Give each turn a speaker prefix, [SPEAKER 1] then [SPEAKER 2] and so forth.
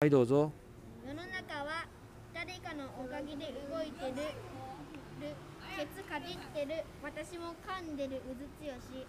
[SPEAKER 1] はいどうぞ
[SPEAKER 2] 世の中は誰かのおかげで動いてるるケツかじってる私も噛んでるうずつよし